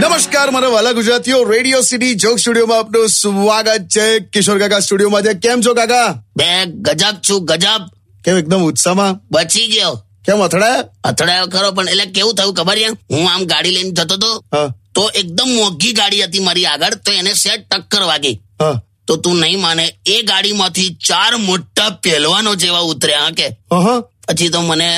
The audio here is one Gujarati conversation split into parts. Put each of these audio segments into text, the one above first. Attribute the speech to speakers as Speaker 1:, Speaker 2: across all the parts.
Speaker 1: નમસ્કાર મારા વાલા ગુજરાતીઓ રેડિયો સિટી જોક સ્ટુડિયોમાં આપનું સ્વાગત છે કિશોર કાકા સ્ટુડિયોમાં છે કેમ છો કાકા
Speaker 2: બે ગજબ છું ગજબ
Speaker 1: કેમ એકદમ ઉત્સાહમાં
Speaker 2: બચી ગયો
Speaker 1: કેમ અથડાયા
Speaker 2: અથડાયો ખરો પણ એટલે કેવું થયું ખબર છે હું આમ ગાડી લઈને જતો હતો
Speaker 1: હા
Speaker 2: તો એકદમ મોંઘી ગાડી હતી મારી આગળ તો એને સેટ ટક્કર વાગી
Speaker 1: હા
Speaker 2: તો તું નહીં માને એ ગાડીમાંથી ચાર મોટા પહેલવાનો જેવા ઉતર્યા હા કે
Speaker 1: હા, હા
Speaker 2: પછી તો મને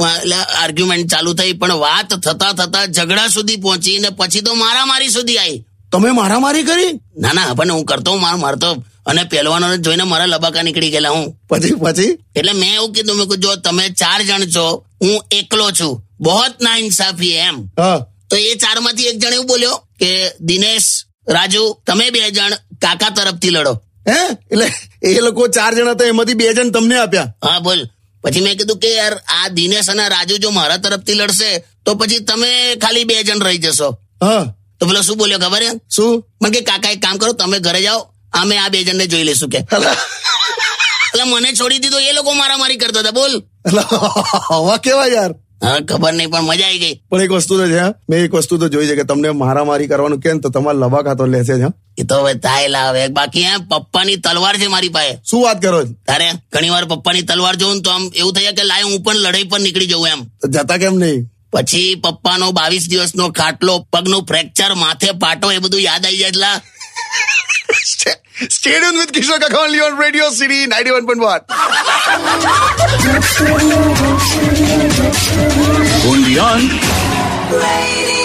Speaker 2: વા- એટલે આર્ગ્યુમેન્ટ ચાલુ થઈ પણ વાત થતા થતા ઝઘડા સુધી પહોંચી ને પછી તો મારામારી સુધી આવી
Speaker 1: તમે મારામારી કરી
Speaker 2: ના ના પણ હું કરતો માર મારતો અને પહેલવાનોને જોઈને મારા લબાકા નીકળી ગયેલા હું
Speaker 1: પછી પછી
Speaker 2: એટલે મેં એવું કીધું મેં કીધું જો તમે ચાર જણ છો હું એકલો છું બહોત ના ઇન્સાફી એમ
Speaker 1: હા
Speaker 2: તો એ ચારમાંથી એક જણ એવું બોલ્યો કે દિનેશ રાજુ તમે બે જણ કાકા તરફથી લડો
Speaker 1: હે એટલે એ લોકો ચાર જણા હતા એમાંથી બે જણ તમને આપ્યા
Speaker 2: હા બોલ પછી મેં કીધું કે યાર આ દિનેશ અને રાજુ જો મારા તરફથી લડશે તો પછી તમે ખાલી બે જણ રહી જશો
Speaker 1: હા
Speaker 2: તો પેલો શું બોલ્યો ખબર છે
Speaker 1: શું
Speaker 2: મને કે કાકા એક કામ કરો તમે ઘરે જાઓ અમે આ બે જણને જોઈ લઈશું કે
Speaker 1: અલા,
Speaker 2: એટલે મને છોડી દીધો એ લોકો મારામારી કરતા હતા બોલ
Speaker 1: અલા, હવા કેવા યાર
Speaker 2: હા ખબર નહીં પણ મજા આવી ગઈ
Speaker 1: પણ એક વસ્તુ તો છે હા, મેં એક વસ્તુ તો જોઈ છે કે તમને મારામારી કરવાનું કેમ તો તમારા લબાકા તો લેશે જ હા.
Speaker 2: એ તો હવે થાય લાવે બાકી એમ પપ્પાની તલવાર છે મારી પાસે
Speaker 1: શું વાત કરો છો?
Speaker 2: તારે ઘણી વાર પપ્પાની તલવાર જોઉં ને તો આમ એવું થાય કે લાય હું પણ લડાઈ પર નીકળી જઉં એમ
Speaker 1: તો જતા કેમ નહીં
Speaker 2: પછી પપ્પાનો બાવીસ દિવસનો ખાટલો પગનું ફ્રેક્ચર માથે પાટો એ બધું યાદ આવી જાય એટલા
Speaker 1: Stay tuned with Kishore Kakha only on Radio City 91.1.
Speaker 3: Only on
Speaker 4: Radio